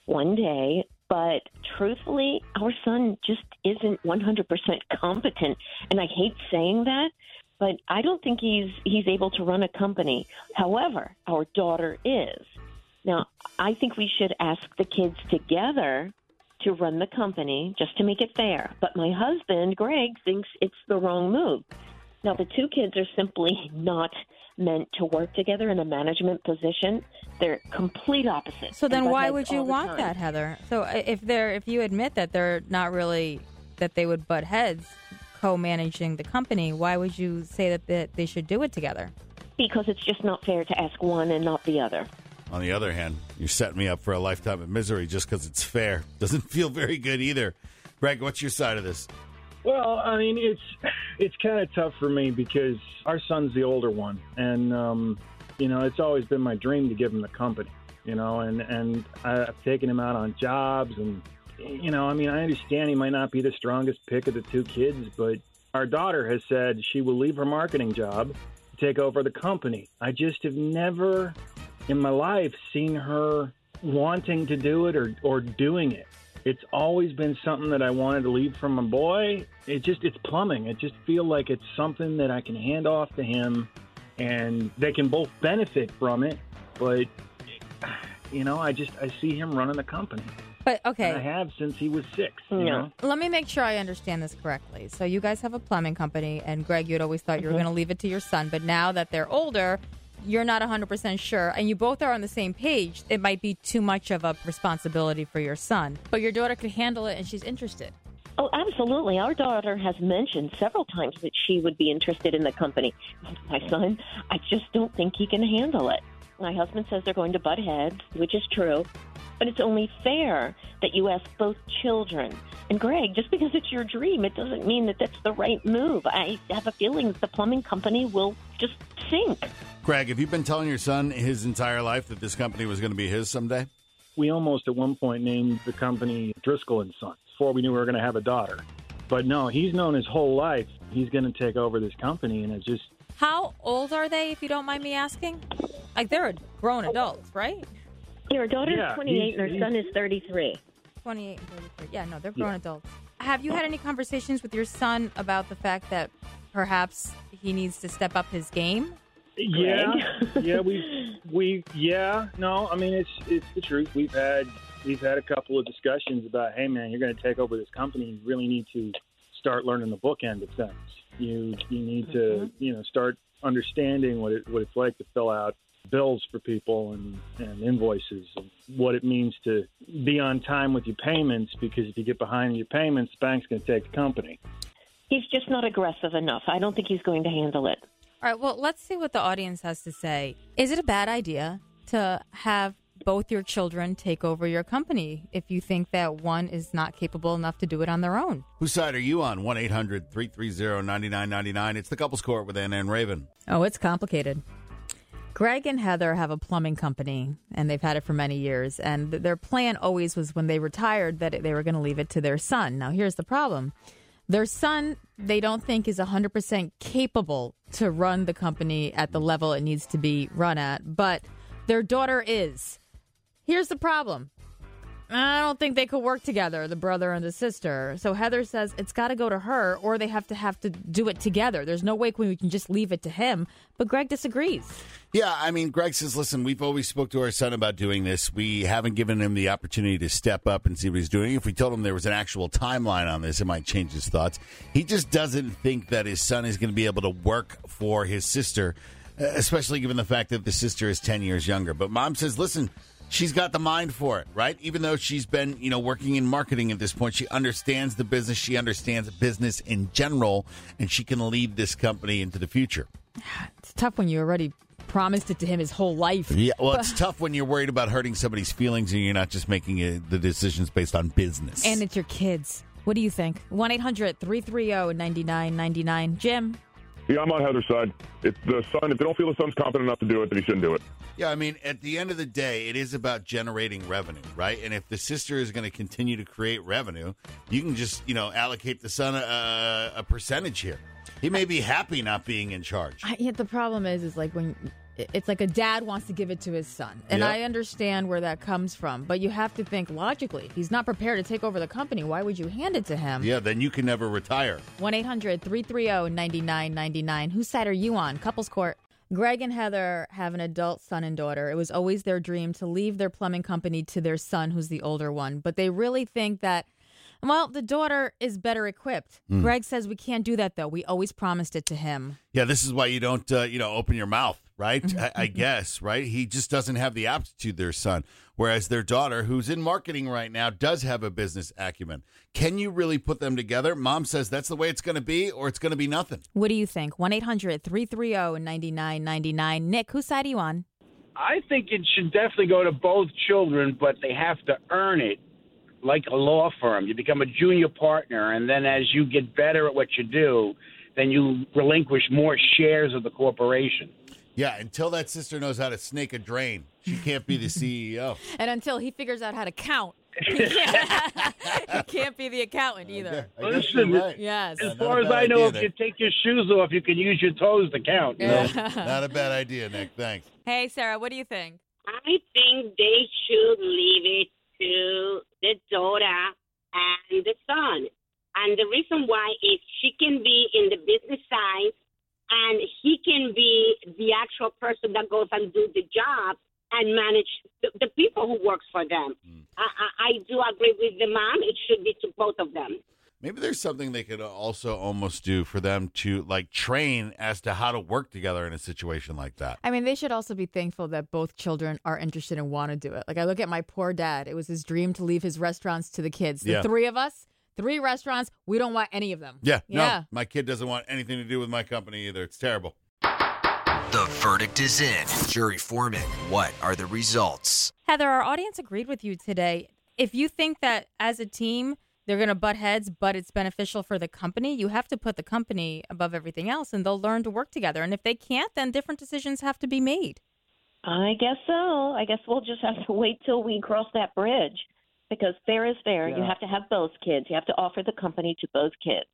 S: one day. But truthfully, our son just isn't 100% competent, and I hate saying that, but I don't think he's he's able to run a company. However, our daughter is. Now, I think we should ask the kids together to run the company just to make it fair. But my husband, Greg, thinks it's the wrong move. Now, the two kids are simply not meant to work together in a management position. They're complete opposites.
A: So then,
S: And butt
A: why
S: heads
A: would you
S: all the
A: want
S: time.
A: that, Heather? So i- if they're if you admit that they're not really that they would butt heads co-managing the company, why would you say that that they should do it together?
S: Because it's just not fair to ask one and not the other.
B: On the other hand, you're setting me up for a lifetime of misery just because it's fair. Doesn't feel very good either. Greg, what's your side of this?
Q: Well, I mean, it's it's kind of tough for me because our son's the older one, and um, you know, it's always been my dream to give him the company. You know, and and I've taken him out on jobs, and you know, I mean, I understand he might not be the strongest pick of the two kids, but our daughter has said she will leave her marketing job to take over the company. I just have never in my life seen her wanting to do it or, or doing it. It's always been something that I wanted to leave from a boy. It just it's plumbing. I just feel like it's something that I can hand off to him and they can both benefit from it, but you know, I just I see him running the company.
A: But okay,
Q: And I have since he was six. You know?
A: Let me make sure I understand this correctly. So you guys have a plumbing company, and Greg, you'd always thought you were
S: Mhm.
A: going to leave it to your son, but now that they're older, you're not 100% sure, and you both are on the same page. It might be too much of a responsibility for your son, but your daughter could handle it, and she's interested.
S: Oh, absolutely. Our daughter has mentioned several times that she would be interested in the company. My son, I just don't think he can handle it. My husband says they're going to butt heads, which is true, but it's only fair that you ask both children. And Greg, just because it's your dream, it doesn't mean that that's the right move. I have a feeling that the plumbing company will just sink.
B: Greg, have you been telling your son his entire life that this company was going to be his someday?
Q: we almost at one point named the company Driscoll and Sons before we knew we were going to have a daughter. But no, he's known his whole life he's going to take over this company, and it just
A: How old are they, if you don't mind me asking? Like, they're grown adults, right?
S: Your daughter
A: Yeah,
S: is 28 and her
A: he's-
S: son is 33.
A: 28 and 33. Yeah, no, they're grown
S: Yeah.
A: adults. Have you had any conversations with your son about the fact that perhaps he needs to step up his game?
Q: yeah, yeah, we we yeah. No, I mean it's it's the truth. We've had we've had a couple of discussions about, hey man, you're going to take over this company. You really need to start learning the book end of things. You you need to you know start understanding what it what it's like to fill out bills for people and, and invoices and what it means to be on time with your payments because if you get behind on your payments, the bank's going to take the company.
S: He's just not aggressive enough. I don't think he's going to handle it.
A: All right, well, let's see what the audience has to say. Is it a bad idea to have both your children take over your company if you think that one is not capable enough to do it on their own?
B: Whose side are you on? 1 800 330 9999. It's the couples court with Anna and Raven.
A: Oh, it's complicated. Greg and Heather have a plumbing company, and they've had it for many years. And th- their plan always was when they retired that it- they were going to leave it to their son. Now, here's the problem their son, they don't think, is 100% capable to run the company at the level it needs to be run at, but their daughter is. Here's the problem I don't think they could work together, the brother and the sister. So Heather says it's got to go to her, or they have to have to do it together. There's no way we can just leave it to him. But Greg disagrees.
B: Yeah, I mean, Greg says, listen, we've always spoke to our son about doing this. We haven't given him the opportunity to step up and see what he's doing. If we told him there was an actual timeline on this, it might change his thoughts. He just doesn't think that his son is going to be able to work for his sister, uh, especially given the fact that the sister is 10 years younger. But mom says, listen, she's got the mind for it, right? Even though she's been, you know, working in marketing at this point, she understands the business, she understands business in general, and she can lead this company into the future.
A: It's tough when you already promised it to him his whole life.
B: Yeah, well, it's tough when you're worried about hurting somebody's feelings and you're not just making uh the decisions based on business.
A: And it's your kids. What do you think? 1 800 330 9999. Jim?
T: Yeah, I'm on Heather's side. If the son, if they don't feel the son's confident enough to do it, then he shouldn't do it.
B: Yeah, I mean, at the end of the day, it is about generating revenue, right? And if the sister is going to continue to create revenue, you can just, you know, allocate the son uh, a, a percentage here. He may be happy not being in charge.
A: I, yeah, the problem is, is like when it's like a dad wants to give it to his son, and
B: Yeah.
A: I understand where that comes from. But you have to think logically. If he's not prepared to take over the company, why would you hand it to him?
B: Yeah, then you can never retire.
A: 1 800 330 9999. Whose side are you on? Couples Court. Greg and Heather have an adult son and daughter. It was always their dream to leave their plumbing company to their son, who's the older one. But they really think that, well, the daughter is better equipped.
B: Mm.
A: Greg says, we can't do that, though. We always promised it to him.
B: Yeah, this is why you don't, uh, you know, open your mouth, right? I, I guess, right? He just doesn't have the aptitude, their son. Whereas their daughter, who's in marketing right now, does have a business acumen. Can you really put them together? Mom says that's the way it's going to be, or it's going to be nothing.
A: What do you think? 1 800 330 9999. Nick, whose side are you on?
U: I think it should definitely go to both children, but they have to earn it like a law firm. You become a junior partner, and then as you get better at what you do, then you relinquish more shares of the corporation.
B: Yeah, until that sister knows how to snake a drain, she can't be the E CEO.
A: And until he figures out how to count, he can't, he can't be the accountant either.
B: I guess you're right.
A: Yes.
U: As far as I know, if you take your shoes off, you can use your toes to count.
A: No,
B: not a bad idea, Nick. Thanks.
A: Hey, Sarah, what do you think?
V: I think they should leave it to the daughter and the son. And the reason why is she can be in the business side and he can be the actual person that goes and do the job and manage the, the people who works for them. I, I, I do agree with the mom. It should be to both of them.
B: Maybe there's something they could also almost do for them to like train as to how to work together in a situation like that.
A: I mean, they should also be thankful that both children are interested and want to do it. Like, I look at my poor dad. It was his dream to leave his restaurants to the kids. The
B: Yeah.
A: three of us, three restaurants, we don't want any of them.
B: Yeah,
A: Yeah.
B: no, my kid doesn't want anything to do with my company either. It's terrible.
W: The verdict is in. Jury Foreman, what are the results?
A: Heather, our audience agreed with you today. If you think that as a team, they're going to butt heads, but it's beneficial for the company. You have to put the company above everything else, and they'll learn to work together. And if they can't, then different decisions have to be made.
R: I guess so. I guess we'll just have to wait till we cross that bridge because fair is fair. You
U: Yeah.
R: have to have both kids. You have to offer the company to both kids.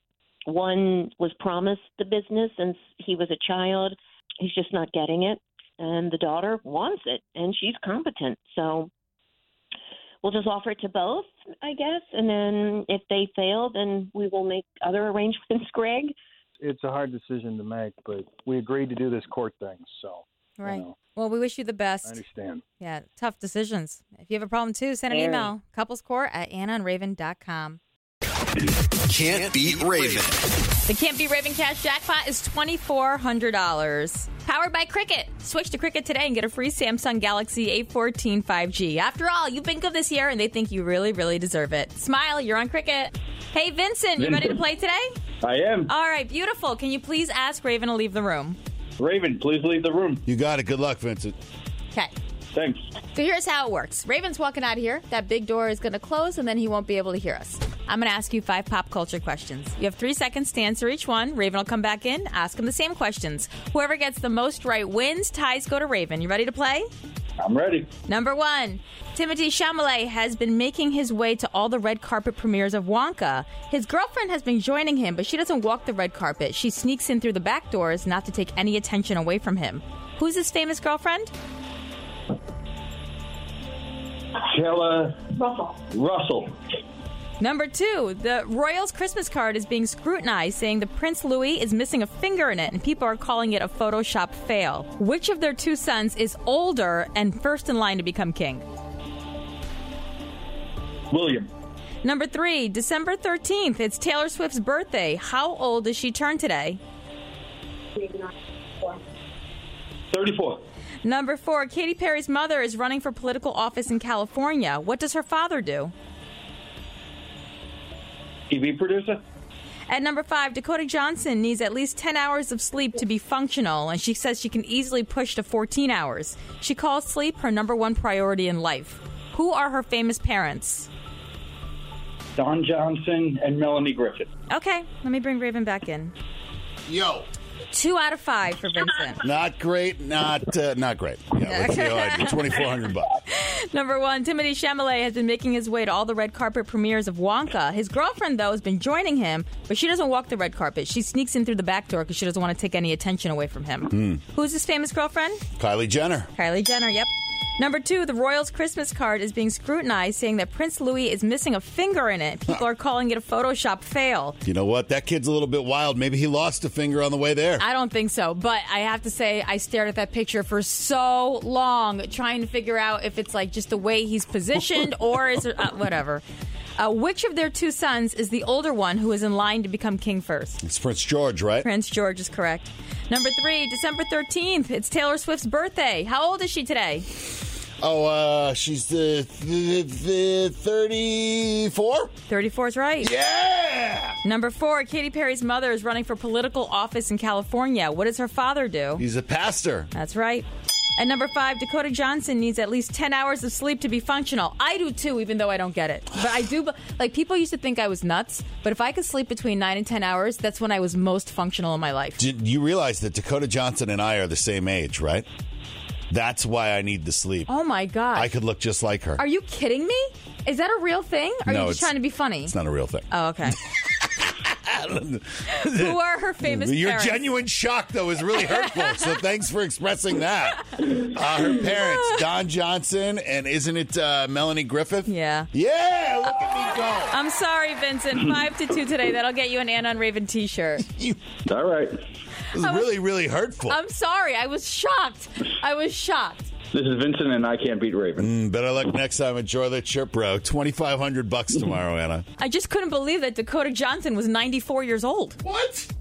R: One was promised the business since he was a child. He's just not getting it. And the daughter wants it and she's competent. So we'll just offer it to both, I guess. And then if they fail, then we will make other arrangements, Greg.
Q: It's a hard decision to make, but we agreed to do this court thing, so
A: Right. Well, we wish you the best.
Q: I understand.
A: Yeah, tough decisions. If you have a problem too, send an
W: Very.
A: email. Couplescore at annaandraven.com.
W: Can't beat Raven.
A: The Can't Be Raven Cash jackpot is $2,400. Powered by Cricket. Switch to Cricket today and get a free Samsung Galaxy A14 5G. After all, you've been good this year and they think you really, really deserve it. Smile, you're on Cricket. Hey, Vincent, you ready to
X: Vincent.
A: play today?
X: I am.
A: All right, beautiful. Can you please ask Raven to leave the room?
X: Raven, please leave the room.
B: You got it. Good luck, Vincent.
A: Okay.
X: Thanks.
A: So here's how it works. Raven's walking out of here. That big door is going to close, and then he won't be able to hear us. I'm going to ask you five pop culture questions. You have three seconds to answer each one. Raven will come back in, ask him the same questions. Whoever gets the most right wins. Ties go to Raven. You ready to play?
X: I'm ready.
A: Number one, Timothy Chalamet has been making his way to all the red carpet premieres of Wonka. His girlfriend has been joining him, but she doesn't walk the red carpet. She sneaks in through the back doors not to take any attention away from him. Who's his famous girlfriend?
X: Kella Russell. Russell.
A: Number two, the Royals Christmas card is being scrutinized, saying the Prince Louis is missing a finger in it, and people are calling it a Photoshop fail. Which of their two sons is older and first in line to become king?
X: William.
A: Number three, December 13th, it's Taylor Swift's birthday. How old does she turn today?
X: 34.
A: Number four, Katy Perry's mother is running for political office in California. What does her father do?
X: TV producer.
A: At number five, Dakota Johnson needs at least 10 hours of sleep to be functional, and she says she can easily push to 14 hours. She calls sleep her number one priority in life. Who are her famous parents?
X: Don Johnson and Melanie Griffith.
A: Okay, let me bring Raven back in.
B: Yo.
A: Two out of five for Vincent.
B: Not great, not uh, not great. Yeah, twenty four hundred bucks.
A: Number one, Timothy Chalamet has been making his way to all the red carpet premieres of Wonka. His girlfriend, though, has been joining him, but she doesn't walk the red carpet. She sneaks in through the back door because she doesn't want to take any attention away from him.
B: Mm.
A: Who's his famous girlfriend?
B: Kylie Jenner.
A: Kylie Jenner, yep. Number two, the Royals Christmas card is being scrutinized, saying that Prince Louis is missing a finger in it. People are calling it a Photoshop fail.
B: You know what? That kid's a little bit wild. Maybe he lost a finger on the way there.
A: I don't think so, but I have to say, I stared at that picture for so long, trying to figure out if it's like just the way he's positioned or is it, uh, whatever. Uh, which of their two sons is the older one who is in line to become king first?
B: It's Prince George, right?
A: Prince George is correct. Number three, December 13th, it's Taylor Swift's birthday. How old is she today?
B: Oh, uh, she's the the thirty-four.
A: 34 is right.
B: Yeah!
A: Number four, Katy Perry's mother is running for political office in California. What does her father do?
B: He's a pastor.
A: That's right. At number five, Dakota Johnson needs at least 10 hours of sleep to be functional. I do too, even though I don't get it. But I do, like, people used to think I was nuts, but if I could sleep between nine and 10 hours, that's when I was most functional in my life.
B: Do you realize that Dakota Johnson and I are the same age, right? That's why I need the sleep.
A: Oh my God.
B: I could look just like her.
A: Are you kidding me? Is that a real thing?
B: No,
A: Or are you
B: it's-
A: just trying to be funny?
B: It's not a real thing.
A: Oh, okay. Who are her famous
B: Your
A: parents?
B: genuine shock, though, is really hurtful. so thanks for expressing that. Uh, her parents, Don Johnson, and isn't it uh, Melanie Griffith?
A: Yeah.
B: Yeah, look at me go.
A: I'm sorry, Vincent. Five to two today. That'll get you an Anna and Raven t shirt.
B: All right. It was
A: I was-
B: really, really hurtful.
A: I'm sorry. I was shocked. I was shocked.
B: This is Vincent, and I can't beat Raven. Mm, better luck next time at Jorla Chirp Row. Twenty five hundred bucks tomorrow, Anna.
A: I just couldn't believe that Dakota Johnson was 94 years old.
B: What?